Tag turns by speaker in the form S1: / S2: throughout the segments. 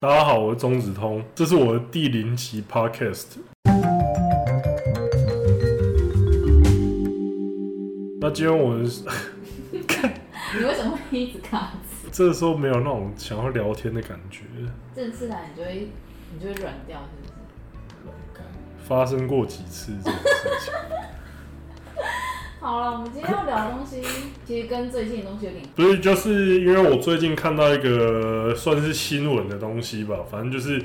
S1: 大家好，我是钟子通，这是我的第零集 podcast。那今天我们
S2: 你为什么会一直卡词？
S1: 这时候没有那种想要聊天的感觉，
S2: 正式来你就会你就会软掉，是不是？
S1: 发生过几次这种事情？
S2: 好了，我们今天要聊的东西，其实跟最近的东西有点
S1: 不是，就是因为我最近看到一个算是新闻的东西吧，反正就是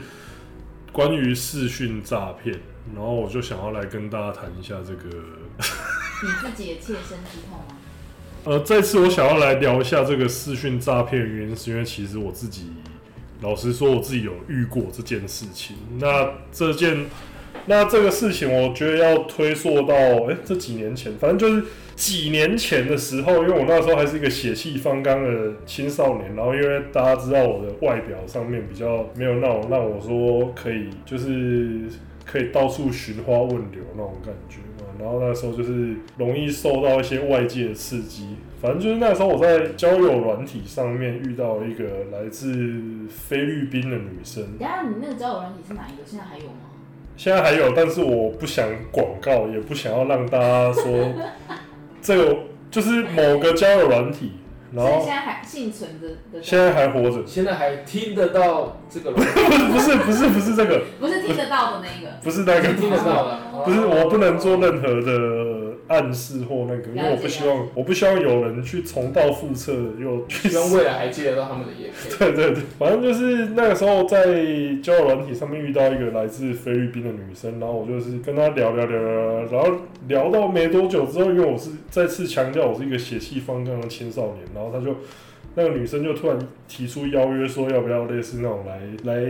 S1: 关于视讯诈骗，然后我就想要来跟大家谈一下这个
S2: 你自己的切身之痛啊吗？
S1: 呃，这次我想要来聊一下这个视讯诈骗的原因，是因为其实我自己老实说，我自己有遇过这件事情。那这件，那这个事情，我觉得要推溯到哎、诶这几年前，反正就是几年前的时候，因为我那时候还是一个血气方刚的青少年，然后因为大家知道我的外表上面比较没有那种让我说可以就是可以到处寻花问柳那种感觉嘛。然后那时候就是容易受到一些外界的刺激，反正就是那时候我在交友软体上面遇到一个来自菲律宾的女生，
S2: 等一下你那个交友软体是哪一个？现在还有吗？
S1: 现在还有，但是我不想广告，也不想要让大家说这个就是某个交友软体，然
S2: 所
S1: 后
S2: 以现在还幸存的的
S1: 现在还活着，
S3: 现在还听得到这个吗？
S1: 不是不是不是这个，
S2: 不是听得到的那个。
S1: 不是那个，
S3: 听得到 哦的，
S1: 不是我不能做任何的暗示或那个，因为我不希望我不希望有人去重蹈覆辙又去
S3: 希望未来还接得到他们的夜 配。
S1: 对对对，反正就是那个时候在交友软体上面遇到一个来自菲律宾的女生，然后我就是跟她聊聊聊聊，聊，然后聊到没多久之后，因为我是再次强调我是一个血气方刚的青少年，然后她就那个女生就突然提出邀约，说要不要类似那种来 来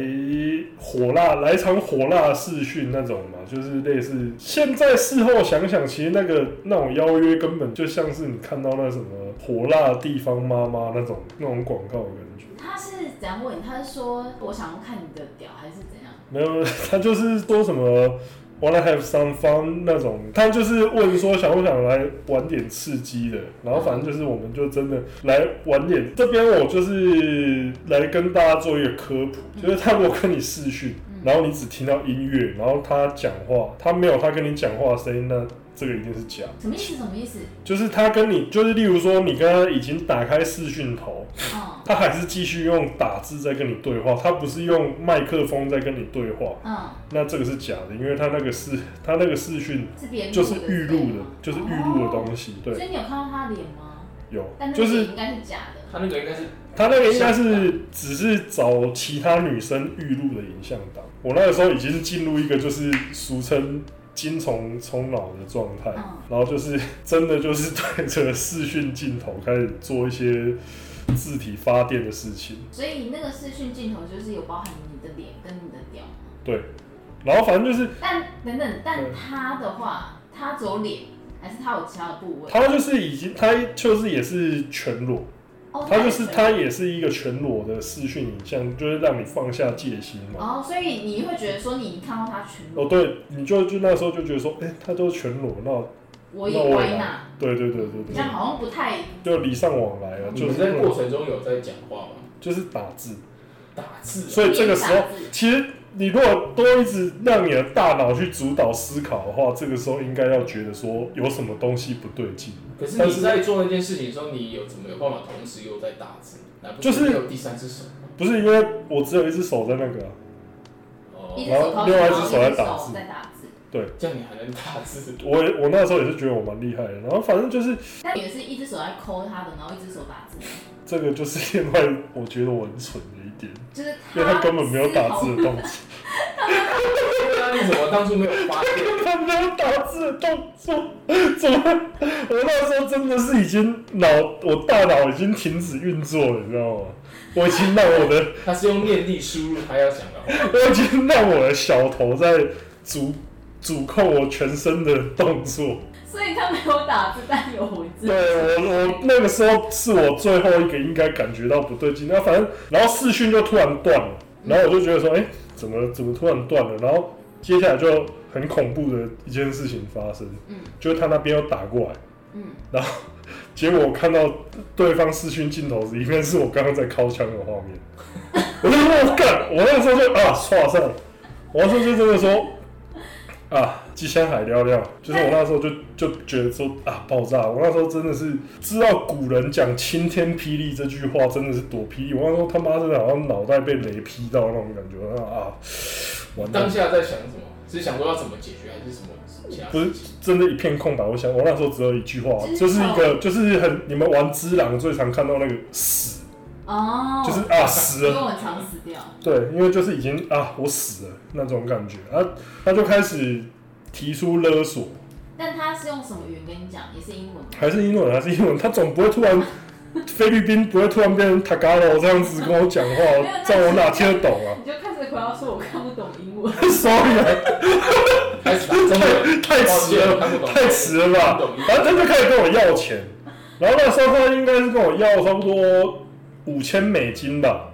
S1: 火辣来场火辣试训那种嘛，就是类似现在事后想想，其实那个那种邀约根本就像是你看到那什么火辣地方妈妈那种那种广告的感觉。
S2: 他是怎样问你？他是说我想要看你的屌，还是怎样？
S1: 没有，他就是说什么 wanna have some fun 那种，他就是问说想不想来玩点刺激的，然后反正就是我们就真的来玩点。这边我就是来跟大家做一个科普，就是他如果跟你视讯，然后你只听到音乐，然后他讲话，他没有他跟你讲话的声音，那这个一定是假的。
S2: 什么意思？什么意 思？
S1: 就是他跟你，就是例如说你跟他已经打开视讯头，
S2: 嗯
S1: 他还是继续用打字在跟你对话，他不是用麦克风在跟你对话。
S2: 嗯，
S1: 那这个是假的，因为他那个是他那个视讯
S2: 是别人
S1: 就
S2: 录
S1: 是预录的
S2: 吗，哦
S1: 就是预录的东西，
S2: 所
S1: 对，
S2: 以你有看到他脸吗？
S1: 有
S2: 但，那
S1: 就
S2: 个脸
S1: 是
S2: 应该是假的。
S3: 他那个应该是
S1: 他那个应该是只是找其他女生预录的影像档。我那个时候已经进入一个就是俗称精虫冲脑的状态，
S2: 嗯
S1: 然后就是真的就是对着视讯镜头开始做一些字体发电的事情。
S2: 所以那个视讯镜头就是有包含你的脸跟你的屌吗？
S1: 然后反正就是
S2: 但等等，但
S1: 对
S2: 他的话，他只有脸，还是他有其他的部位？
S1: 他就是已经他就是也是全裸，
S2: 哦，
S1: 它就是
S2: 有
S1: 它也是一个全裸的视讯影像，就是让你放下戒心嘛。
S2: 哦，所以你会觉得说你看到他全
S1: 哦，
S2: 裸，
S1: 对，你就就那时候就觉得说，哎、他都全裸，那
S2: 我也
S1: 哦那我也
S2: 歪纳，
S1: 对对对对
S2: 这
S1: 对
S2: 样，好像不太
S1: 就礼尚往来了，
S3: 你
S1: 就
S3: 们
S1: 是
S3: 在
S1: 那
S3: 过
S1: 种
S3: 程中有在讲话吗？
S1: 就是打字。
S3: 打字啊
S1: 所以这个时候
S2: 打字，
S1: 其实你如果多一直让你的大脑去主导思考的话，这个时候应该要觉得说有什么东西不对劲。
S3: 啊，可是你在做那件事情的时候，你有怎么有办法同时又在打字？难不成
S1: 就是
S3: 你有第三只手？
S1: 不是因为我只有一只手在那个啊、
S2: 一只手
S3: 哦，
S1: 然后
S2: 掏
S1: 另外一
S2: 然后
S1: 只
S2: 一
S1: 手在
S2: 只
S1: 打
S2: 手
S1: 字
S2: 在打字。
S3: 这样你还能打字？
S1: 我我那时候也是觉得我蛮厉害的，然后反正就是
S2: 那也是一只手在抠他的，然后一只手打字，
S1: 这个就是另外我觉得我很蠢的一点。
S2: 就是
S1: 因为他根本没有打
S2: 丝毫
S1: 字的动作，
S3: 那你怎么当初没有发现？
S1: 他没有打字的动作，怎么？我那时候真的是已经脑，我大脑已经停止运作了，你知道吗？我已经让我的，
S3: 他是用念力输入他要讲的话，
S1: 我已经让我的小头在主主控我全身的动作。
S2: 所以他没有打字，但有文字。
S1: 对我，我那个时候是我最后一个应该感觉到不对劲。那反正，然后视讯就突然断了，然后我就觉得说，哎、怎么怎么突然断了？然后接下来就很恐怖的一件事情发生，
S2: 嗯
S1: 就是他那边又打过来，
S2: 嗯，
S1: 结果我看到对方视讯镜头里面是我刚刚在靠枪的画面， 我就说干，我那个时候就啊，哇塞，我那时候就真的说啊，鸡香海聊聊，就是我那时候就就觉得说啊，爆炸，我那时候真的是知道古人讲晴天霹雳这句话真的是躲霹雳，我那时候他妈真的好像脑袋被雷劈到那种感觉，我说啊，完蛋
S3: 当。下在想什么？是想说要怎么解决，还是什么其他
S1: 不是
S3: 事情？
S1: 真的一片空白。我想，我那时候只有一句话，就是一个，就是很你们玩《只狼》最常看到那个死，
S2: 哦，
S1: 就是啊死
S2: 因为
S1: 了，
S2: 我很常死掉，
S1: 对，因为就是已经啊我死了那种感觉啊，他就开始提出勒索，
S2: 但他是用什么语言跟你讲？也是英文吗。
S1: 还是英文还是英文，他总不会突然菲律宾不会突然变成 Tagalo 这样子跟我讲话
S2: 有那，
S1: 这样我哪听得懂啊
S2: 你就开始回答说我看不懂英文，
S1: ？Sorry，啊
S3: 开始吧真的
S1: 太迟了，
S3: 哦看不懂，
S1: 太迟了吧
S3: 看不？懂
S1: 反正他就开始跟我要钱，然后那时候他应该是跟我要差不多五千美金吧。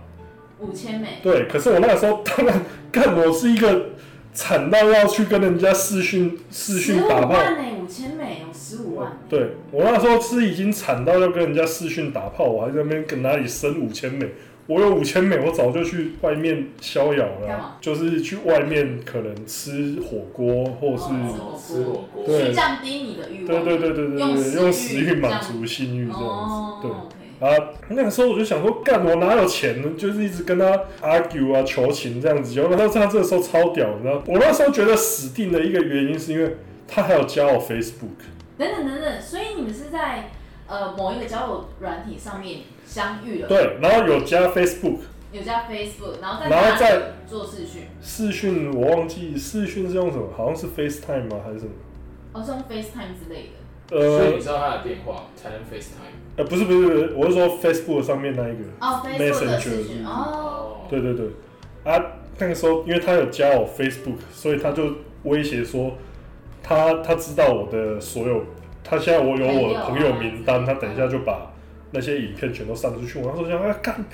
S2: 五千美，
S1: 对，可是我那个时候当然，看我是一个惨到要去跟人家视讯视讯
S2: 十五
S1: 打炮。
S2: 万欸呢，五千美有十五万，，欸
S1: 对我那时候是已经惨到要跟人家视讯打炮，我还在那边跟哪里生五千美。我有五千美，我早就去外面逍遥了
S2: 干嘛
S1: 啊，就是去外面可能吃火锅，或是、
S2: 哦
S3: 吃火锅，
S1: 对
S2: 去降低你的欲望，
S1: 对对对对对
S2: 用
S1: 对，
S2: 食
S1: 用
S2: 欲
S1: 食欲满
S2: 这样
S1: 足性欲这样子。
S2: 哦
S1: 对，
S2: ，OK，
S1: 啊，那个时候我就想说，干我哪有钱呢？就是一直跟他 argue 啊，求情这样子。然后他这个时候超屌，你知道，我那时候觉得死定的一个原因是因为他还有加我 Facebook，
S2: 等等等等，所以你们是在呃某一个交友软体上面相遇了，
S1: 对，然后有加 Facebook
S2: 有加 Facebook，然后在
S1: 然后
S2: 哪里
S1: 再
S2: 做视讯？
S1: 视讯，我忘记视讯是用什么，好像是 FaceTime 吗还是什么？
S2: 哦，是用 FaceTime 之类的。
S3: 所以
S1: 呃
S3: 你知道他的电话才能 FaceTime
S1: 呃，不是不是不是，我是说 Facebook 上面那一个，
S2: 哦，Facebook 的视
S1: Messenger 嗯
S2: 讯哦，
S3: 哦，
S1: 对对对，啊，那个时候因为他有加我 Facebook，所以他就威胁说他他知道我的所有，他现在我有我的朋友名单，他等一下就把那些影片全都散出去。我那时候想，啊干，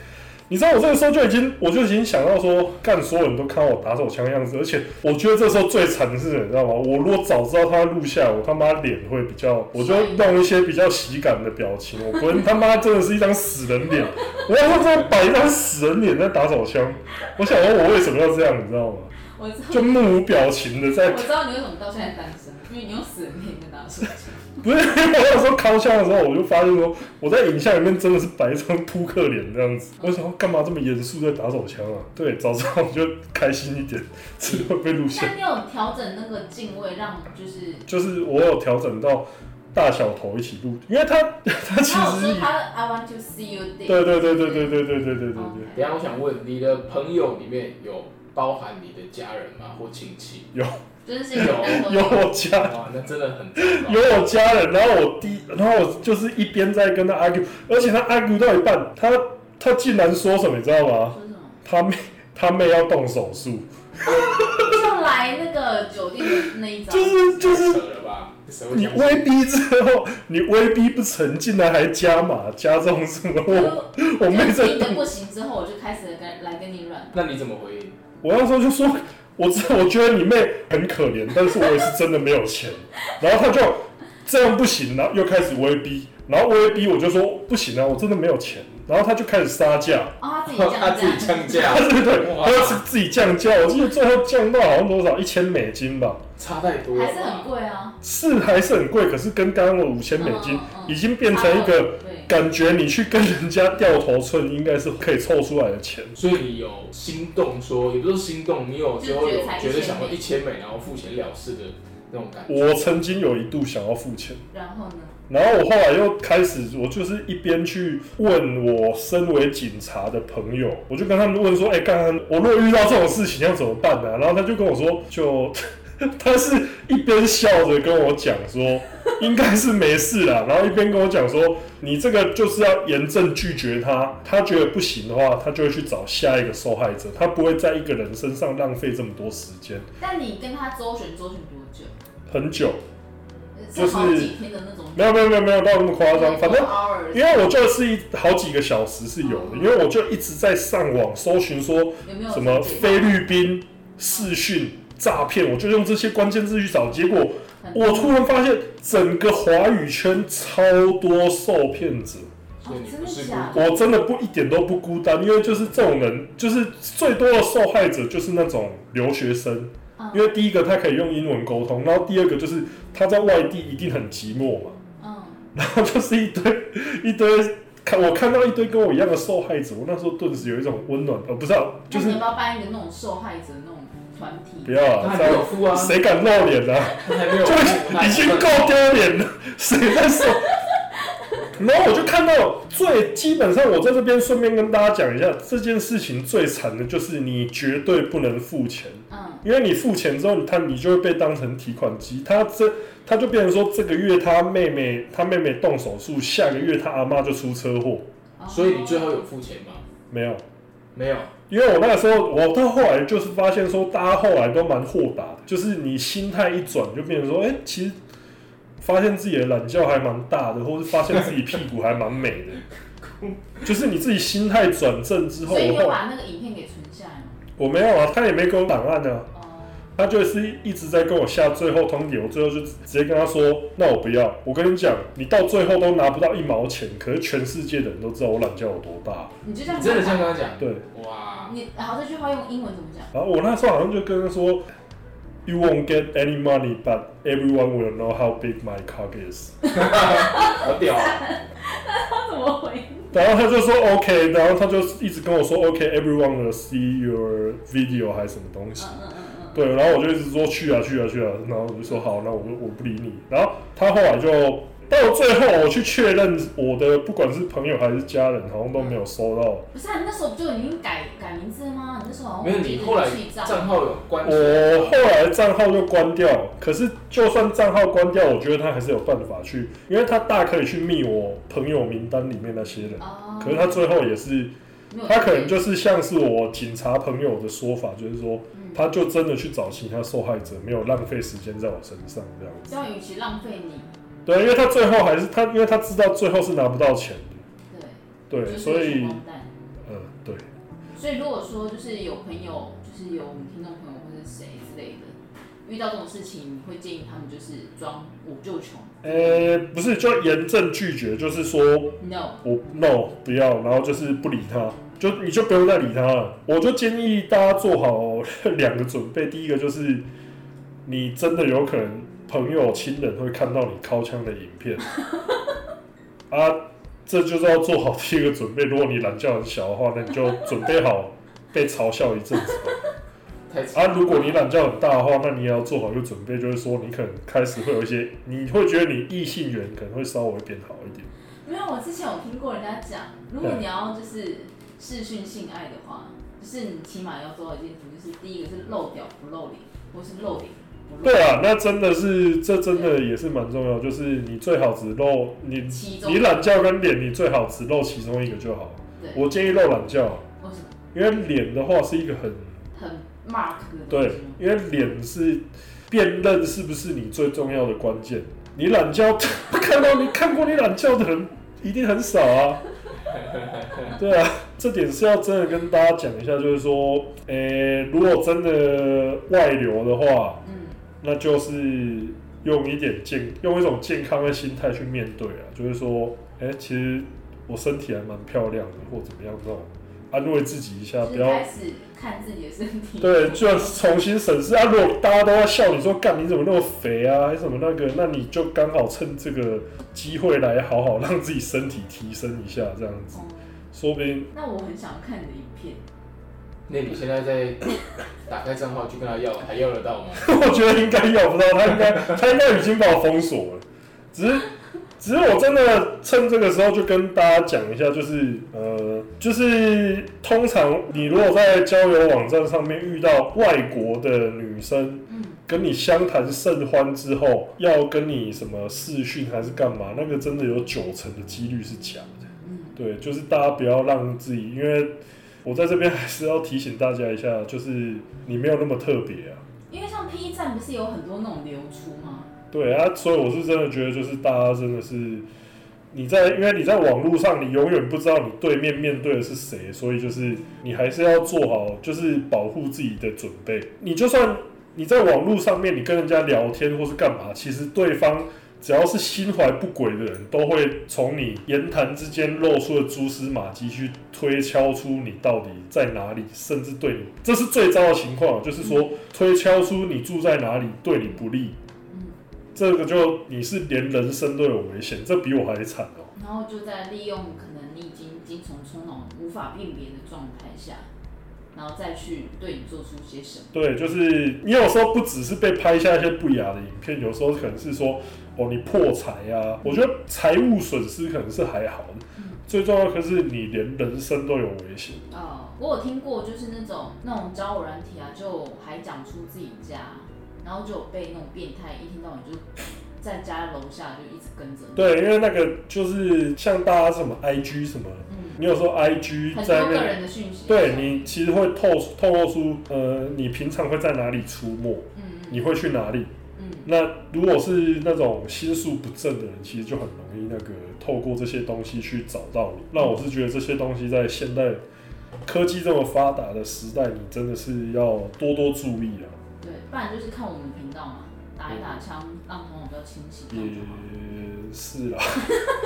S1: 你知道我这个时候就已经，我就已经想到说，干，所有人都看到我打手枪的样子，而且我觉得这时候最惨的是什么，你知道吗？我如果早知道他录下来，我他妈脸会比较， 我就弄一些比较喜感的表情，我不会他妈真的是一张死人脸， 我要说真的摆一张死人脸在打手枪，我想说我为什么要这样，你知道吗？
S2: 我知道，
S1: 就目无表情的在
S2: 我知道你为什么到现在单身，因为你用死人脸跟大家说。
S1: 不是，因为我有时候靠枪的时候，我就发现说，我在影像里面真的是摆一张扑克脸这样子。我想说干嘛这么严肃在打手枪啊？对，早知道我就开心一点，只会被录下。
S2: 那你有调整那个敬畏，让就是
S1: 就是我有调整到大小头一起录，因为他他其
S2: 他有
S1: 实
S2: 说他的 I want to see you 哦 dick，
S1: 对对对对对对对对对对对。
S2: OK
S3: 等一下我想问，你的朋友里面有包含你的家人吗？或亲戚？
S2: 就是是有人
S1: 有
S2: 说
S1: 我家
S3: 哇，那真的很糟糕
S1: 有我家人，然后我弟，然后我就是一边在跟他 argue，而且他 argue 到一半，他他竟然说什么，你知道吗？
S2: 说什么，
S1: 他妹他妹要动手术，
S2: 就来那个酒店的那一招，
S1: 就是就是
S3: 扯了吧？谁会
S1: 你
S3: 相信
S1: 威逼之后，你威逼不成，竟然还加码加这种什么？我
S2: 就
S1: 我妹
S2: 嗯就是
S1: 在
S2: 你，的不行之后，我就开始跟来跟你软，
S3: 那你怎么回应？
S1: 我那时候就说，我知我觉得你妹很可怜，但是我也是真的没有钱。然后他就这样不行，然后又开始威逼，然后威逼我就说不行啊，我真的没有钱。然后他就开始杀价，
S2: 哦，他自己
S3: 他
S2: 降
S3: 自己
S2: 价，
S3: 降价，
S1: 对 对对，
S3: 哇
S1: 他是自己降价，我记得最后降到好像多少一千美金吧，
S3: 差太多了吧，
S2: 还是很贵啊，
S1: 是还是很贵，可是跟刚刚的五千美金
S2: 嗯嗯嗯哦
S1: 已经变成一个。
S2: 对，
S1: 感觉你去跟人家掉头寸，应该是可以凑出来的钱。
S3: 所以你有心动说，也不是说心动，你有时候有觉得想要一千美，然后付钱了事的那种感觉。
S1: 我曾经有一度想要付钱，
S2: 然后呢，
S1: 然后我后来又开始，我就是一边去问我身为警察的朋友，我就跟他们问说：“哎、刚刚我如果遇到这种事情要怎么办呢、然后他就跟我说，就 他是一边笑着跟我讲说，应该是没事啦，然后一边跟我讲说，你这个就是要严正拒绝他，他觉得不行的话，他就会去找下一个受害者，他不会在一个人身上浪费这么多时间，
S2: 但你跟他周旋周旋多久？
S1: 很久。就是
S2: 是好几天的那种，
S1: 没有没有没有没有到那么夸张，反正
S2: hours，
S1: 因为我就是一好几个小时是有的，因为我就一直在上网搜寻说
S2: 有没有
S1: 什么
S2: 解决
S1: 菲律宾视讯诈骗，我就用这些关键字去找，结果
S2: 很多
S1: 我突然发现整个华语圈超多受骗者，
S3: 所以你
S2: 真
S3: 不
S2: 的
S3: 是
S2: 假的
S3: 孤
S1: 我真的不一点都不孤单，因为就是这种人，就是最多的受害者就是那种留学生，
S2: 嗯
S1: 因为第一个他可以用英文沟通，然后第二个就是他在外地一定很寂寞嘛，
S2: 嗯，
S1: 然后就是一堆一堆。看我看到一堆跟我一样的受害者，我那时候顿时有一种温暖，呃，不是、啊，就
S2: 那
S1: 是
S2: 你要不要办一个那种受害者那种团体？
S1: 不要啊，
S3: 嗯他还
S1: 这
S3: 没有
S1: 样
S3: 付啊，
S1: 谁敢露脸啊？
S3: 他还没有付，
S1: 就已经够丢脸了，谁在说？然后我就看到最基本上，我在这边顺便跟大家讲一下，这件事情最惨的就是你绝对不能付钱，
S2: 嗯
S1: 因为你付钱之后，他你就会被当成提款机，他这他就变成说，这个月他妹妹他妹妹动手术，下个月他阿妈就出车祸，
S2: 哦
S3: 所以你最后有付钱吗？
S1: 没有。
S3: 没有，
S1: 因为我那个时候，我到后来就是发现说，大家后来都蛮豁达的，就是你心态一转，就变成说，哎、其实发现自己的懒觉还蛮大的，或是发现自己屁股还蛮美的，就是你自己心态转正之后，
S2: 所以你
S1: 我
S2: 有
S1: 后来
S2: 把那个影片给存下来吗？
S1: 我没有啊，他也没给我档案啊，
S2: 哦，
S1: 他就是一直在跟我下最后通牒，我最后就直接跟他说，那我不要，我跟你讲，你到最后都拿不到一毛钱，可是全世界的人都知道我懒觉有多大，
S2: 你就这样
S3: 你真的这样
S2: 讲
S3: 跟他讲？
S1: 对。
S3: 哇，
S2: 你然后这句话用英文怎么讲？
S1: 然后我那时候好像就跟他说，You won't get any money, but everyone will know how big my cock is。
S3: 好屌啊！
S2: 他怎么回？
S1: 然后他就说 OK，然后他就一直跟我说 OK，everyone、will see your video 还是什么东西。
S2: 嗯嗯嗯嗯，
S1: 对，然后我就一直说去啊去啊去啊，然后我就说好，那我我不理你。然后他后来就到最后，我去确认我的不管是朋友还是家人，好像都没有收到。
S2: 不是啊，你那时候不就已经改改名字了吗？你那时候好像
S3: 没有，你后来
S2: 去账
S3: 账号有关系
S1: 我后来账号就关掉，可是就算账号关掉，我觉得他还是有办法去，因为他大可以去密我朋友名单里面那些人，
S2: 哦，
S1: 可是他最后也是，
S2: 没有
S1: 他可能就是像是我警察朋友的说法，就是说，
S2: 嗯
S1: 他就真的去找其他受害者，没有浪费时间在我身上这样子。
S2: 这样与其浪费你，
S1: 对，因为他最后还是他，因为他知道最后是拿不到钱的，
S2: 对，
S1: 对，
S2: 就是
S1: 所
S2: 一
S1: 以
S2: 群，光蛋
S1: 呃，对，
S2: 所以如果说就是有朋友，就是有我们听众朋友或者谁之类的，遇到这种事情，你会建议他们就是装我就穷
S1: 呃，不是，就严正拒绝，就是说
S2: ，no，
S1: 我 no 不要，然后就是不理他，就你就不用再理他了。我就建议大家做好 两个准备，第一个就是你真的有可能朋友亲人会看到你掏枪的影片，啊，这就是要做好第一个准备。如果你懒觉很小的话，那你就准备好 被嘲笑一阵子吧。
S3: 太惨
S1: 啊，如果你懒觉很大的话，那你也要做好一个准备，就是说你可能开始会有一些，你会觉得你异性缘可能会稍微变好一点。
S2: 没有，我之前有听过人家讲，如果你要就是视讯性爱的话，就是你起码要做到一件事，就是第一个是露屌不露脸，或是露脸不露
S1: 对啊，那真的是，这真的也是蛮重要，就是你最好只露你
S2: 其中
S1: 你懒觉跟脸，你最好只露其中一个就好。
S2: 对，
S1: 我建议露懒觉，
S2: 或是
S1: 因为脸的话是一个很
S2: 很 mark 的东
S1: 对
S2: 西，
S1: 因为脸是辨认是不是你最重要的关键。你懒觉 看到你看过你懒觉的人一定很少 啊。对啊，这点是要真的跟大家讲一下，就是说，诶、如果真的外流的话，
S2: 嗯，
S1: 那就是用一点健，用一种健康的心态去面对啊，就是说，哎、其实我身体还蛮漂亮的，或怎么样这种，安慰自己一下，
S2: 就
S1: 啊不
S2: 是
S1: 要
S2: 开始看自己的身体，
S1: 对，就重新审视啊。如果大家都在笑你说干你怎么那么肥啊，还是什么那个，那你就刚好趁这个机会来好好让自己身体提升一下，这样子，
S2: 哦，
S1: 说不定
S2: 那我很想看你的影片，
S3: 那你现在在 打开账号去跟他要，还要得到吗？
S1: 我觉得应该要不到，他应该他应该已经把我封锁了，只是只是我真的趁这个时候就跟大家讲一下，就是呃，就是通常你如果在交友网站上面遇到外国的女生
S2: 嗯，
S1: 跟你相谈甚欢之后，要跟你什么视讯还是干嘛，那个真的有九成的几率是假的。
S2: 嗯，
S1: 对，就是大家不要让自己，因为我在这边还是要提醒大家一下，就是你没有那么特别啊。
S2: 因为像 P E 站不是有很多那种流出吗？
S1: 对啊，所以我是真的觉得，就是大家真的是你在，因为你在网络上，你永远不知道你对面面对的是谁，所以就是你还是要做好就是保护自己的准备。你就算你在网络上面，你跟人家聊天或是干嘛，其实对方只要是心怀不轨的人，都会从你言谈之间露出的蛛丝马迹去推敲出你到底在哪里，甚至对你，这是最糟的情况，啊就是说推敲出你住在哪里对你不利。
S2: 嗯，
S1: 这个就你是连人身都有危险，这比我还惨哦、
S2: 然后就在利用可能你已经精神冲动无法辨别的状态下，然后再去对你做出些什么。
S1: 对，就是你有时候不只是被拍下一些不雅的影片，有时候可能是说哦你破财啊，我觉得财务损失可能是还好的
S2: 嗯，
S1: 最重要的是你连人身都有危险。
S2: 呃，我有听过，就是那种那种交友软体啊，就还讲出自己家，然后就有被那种变态一天到晚就在家楼下就一直跟着你。
S1: 对，因为那个就是像大家什么 IG 什么，
S2: 嗯，
S1: 你有时候 IG
S2: 很
S1: 在
S2: 多
S1: 那
S2: 个
S1: 边，
S2: 人的讯息。啊
S1: 对，你其实会透透露出呃你平常会在哪里出没，
S2: 嗯嗯
S1: 你会去哪里，
S2: 嗯，
S1: 那如果是那种心术不正的人，其实就很容易那个透过这些东西去找到你。那我是觉得这些东西在现代科技这么发达的时代，你真的是要多多注意啊。
S2: 对，不然就是看我们频道嘛，打一打枪，让头脑比较清醒，这
S1: 也
S2: 样就好。
S1: 是啦，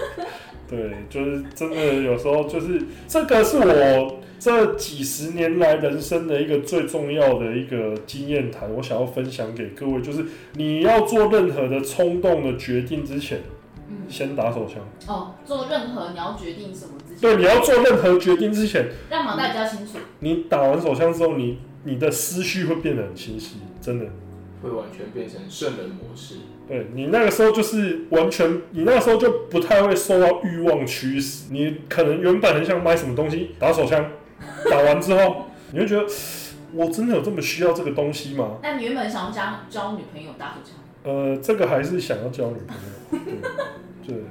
S1: 对，就是真的有时候就是这个是我这几十年来人生的一个最重要的一个经验谈，我想要分享给各位，就是你要做任何的冲动的决定之前，
S2: 嗯，
S1: 先打手枪。
S2: 哦，做任何你要决定什么之前，
S1: 对，你要做任何决定之前，
S2: 让脑袋比较清楚。
S1: 你打完手枪之后，你你的思绪会变得很清晰，真的。
S3: 会完全变成圣人模式。
S1: 对你那个时候就是完全，你那个时候就不太会受到欲望驱使，你可能原本很想买什么东西，打手枪，打完之后，你会觉得我真的有这么需要这个东西吗？
S2: 那你原本想要交交女朋友打手枪，
S1: 呃，这个还是想要交女朋友，对，对，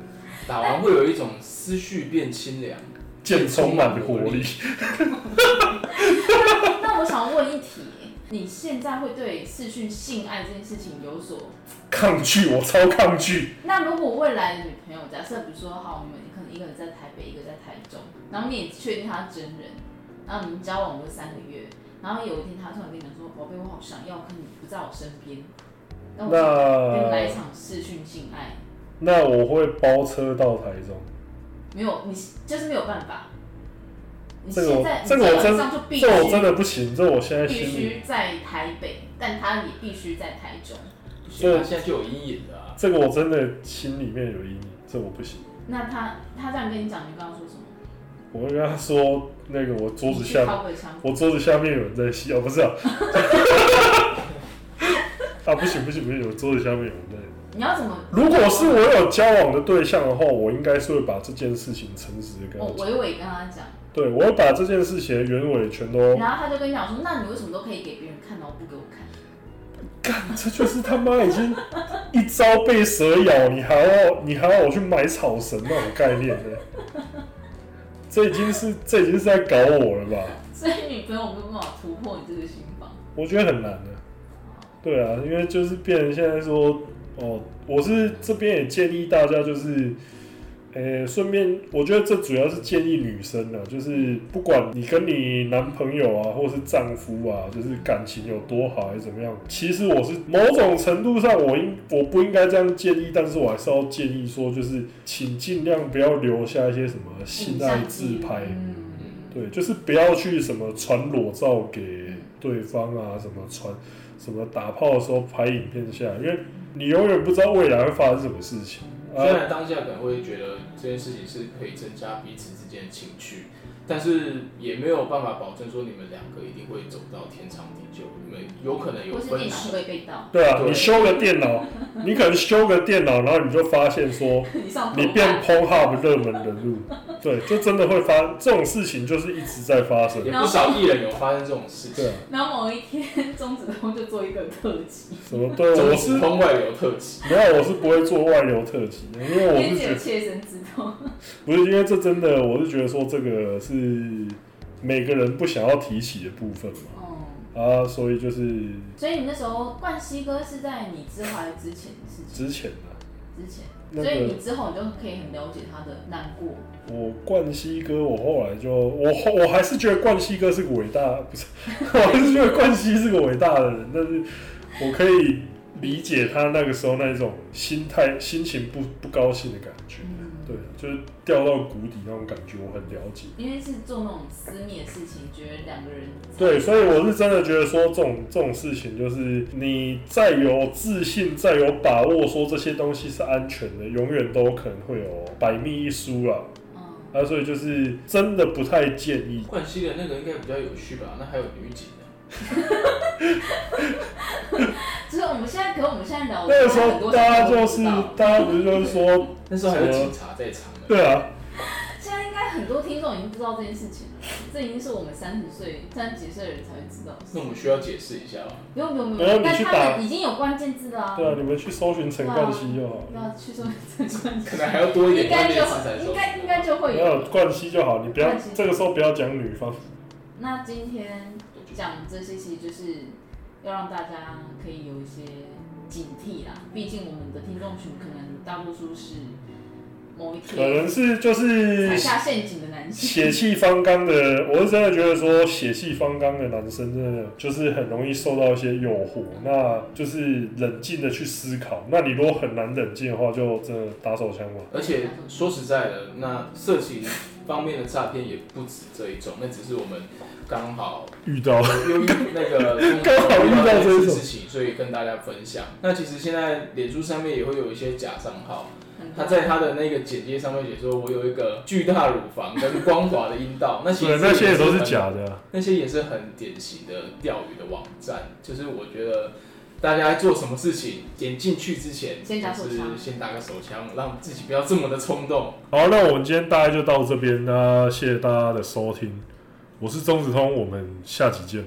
S3: 打完会有一种思绪变清凉，
S1: 剑充满了活力。
S2: 那我想问一题，你现在会对视讯性爱这件事情有所？
S1: 抗拒，我超抗拒。
S2: 那如果未来的女朋友，假设比如说好，你们可能一个人在台北，一个在台中，然后你也确定她真人，然后你们交往过三个月，然后有一天她突然跟你讲说：“宝贝，我好想要，可你不在我身边。”那我想跟哦你来一
S1: 那
S2: 场视讯性爱，
S1: 那我会包车到台中。
S2: 没有你就是没有办法。你
S1: 这个
S2: 现
S1: 我
S2: 在你
S1: 这个我
S2: 晚
S1: 真
S2: 上就必须
S1: 这我真的不行，这我现在
S2: 必
S1: 心里，
S2: 须在台北，但他也必须在台中。
S3: 不行啊，现在就有阴影了啊、
S1: 这个我真的心里面有阴影，这我不行。
S2: 那他他这样跟你讲，你刚刚说什么？
S1: 我会跟他说，那个我桌子
S2: 你去
S1: 下，
S2: 靠个墙。
S1: 我桌子下面有人在吸，哦，不是啊， 啊不行不行不行，我桌子下面有人在。
S2: 你要怎么？
S1: 如果是我有交往的对象的话，我应该是会把这件事情诚实的跟他
S2: 哦我
S1: 讲，
S2: 娓娓跟他讲，
S1: 对我会把这件事情的原委全都
S2: 然后他就跟你讲说，那你为什么都可以给别人看，然后不给我看？
S1: 干，这就是他妈已经一朝被蛇咬，你还要你还要我去买草绳那种概念呢？这已经是这已经是在搞我了吧？
S2: 所以女朋友没有办法突破你这个心房。
S1: 我觉得很难的。对啊，因为就是变成现在说，哦，我是这边也建议大家就是，呃，顺便我觉得这主要是建议女生啊，就是不管你跟你男朋友啊，或是丈夫啊，就是感情有多好还是怎么样，其实我是某种程度上我应我不应该这样建议，但是我还是要建议说，就是请尽量不要留下一些什么性爱自拍。啊
S2: 嗯，
S3: 嗯，
S1: 对，就是不要去什么传裸照给对方啊，什么传什么打炮的时候拍影片下来，因为你永远不知道未来会发生什么事情
S3: 虽
S1: 啊。
S3: 然当下可能会觉得这件事情是可以增加彼此之间的情趣，但是也没有办法保证说你们两个一定会走到天长地久，你们有可能有
S2: 或是
S3: 分
S2: 电脑会
S3: 手。
S2: 不会被盗？
S1: 对啊，
S3: 对
S1: 你修个电脑，你可能修个电脑，然后你就发现 说
S2: 你上头
S1: 你变
S2: 看
S1: PornHub 热门人物，对，就真的会发这种事情，就是一直在发生
S3: 也。不少艺人有发生这种事
S1: 对啊，，
S3: 情
S2: 然后某一天，钟子通就做一个特辑，
S1: 什么对我是
S3: 通外流特辑，
S1: 没有，我是不会做外流特辑的，因为我
S2: 给
S1: 是觉
S2: 自己
S1: 得
S2: 的切身之痛。
S1: 不是因为这真的，我是觉得说这个是每个人不想要提起的部分嘛，
S2: 哦，
S1: 啊，所以就是
S2: 所以你那时候冠希哥是在你知怀之前的事情
S1: 之前啊，
S2: 之前，
S1: 那
S2: 所以
S1: 个
S2: 你之后你就可以很了解他的难过。
S1: 我冠希哥，我后来就我后我 还是觉得冠希哥是个伟大，不是，我还是觉得冠希是个伟大的人，但是我可以理解他那个时候那种心态、心情不不高兴的感觉。
S2: 嗯，
S1: 对，就是掉到谷底那种感觉，我很了解。
S2: 因为是做那种私密的事情，觉得两个人
S1: 对，所以我是真的觉得说这种这种事情，就是你再有自信、再有把握，说这些东西是安全的，永远都可能会有百密一疏啦。
S2: 嗯，
S1: 啊，所以就是真的不太建议。
S3: 冠希的那个应该比较有趣吧？那还有女警啊呢？
S2: 就是我们现在，可我们现在聊的
S1: 那个时
S2: 哦很
S1: 候
S2: 多
S1: 大家
S2: 事情
S1: 就
S2: 都不
S1: 是
S2: 知道
S1: 大家不是就是 说，
S3: 那时候还有警察在场呢。
S1: 对啊，
S2: 现在应该很多听众已经不知道这件事情了，这已经是我们三十岁、三十几岁的人才会知道的事
S3: 那我
S2: 情。
S3: 们需要解释一下吧？
S2: 不用不用不
S1: 没有
S2: 用，
S1: 嗯你
S2: 但
S1: 去
S2: 他
S1: 打
S2: 们已经有关键字了啊
S1: 对，啊，你们去搜寻陈冠希就好
S2: 不
S1: 了，
S2: 要去说这个关
S3: 可
S2: 键，
S3: 能还要多一
S2: 应
S3: 点
S2: 该
S3: 关
S2: 就
S3: 键词才
S2: 应该应该就会
S1: 没有
S2: 有。
S1: 冠希就好，你不要
S2: 啊冠希
S1: 这个时候不要讲女方，
S2: 那今天讲这些，其实就是要让大家可以有一些警惕啦。毕竟我们的听众群可能大多数是某一
S1: 可
S2: 天
S1: 能是就是
S2: 踩下陷阱的男性。
S1: 血气方刚的，我是真的觉得说血气方刚的男生真的就是很容易受到一些诱惑，那就是冷静的去思考。那你如果很难冷静的话，就真的打手枪吧。
S3: 而且说实在的，那色情方面的诈骗也不止这一种，那只是我们刚好
S1: 遇到
S3: 由于那个
S1: 刚好遇到这一种
S3: 件事情，所以跟大家分享。那其实现在脸书上面也会有一些假账号，
S2: 很
S3: 他
S2: 多
S3: 在他的那个简介上面写说，我有一个巨大乳房跟光滑的 阴道，那其
S1: 对
S3: 实，
S1: 那些也都
S3: 很
S1: 是假的啊。
S3: 那些也是很典型的钓鱼的网站，就是我觉得大家做什么事情点进去之前，
S2: 先打手
S3: 就
S2: 枪
S3: 是先打个手枪，让自己不要这么的冲动。
S1: 好，那我们今天大概就到这边，那谢谢大家的收听，我是钟子通，我们下集见。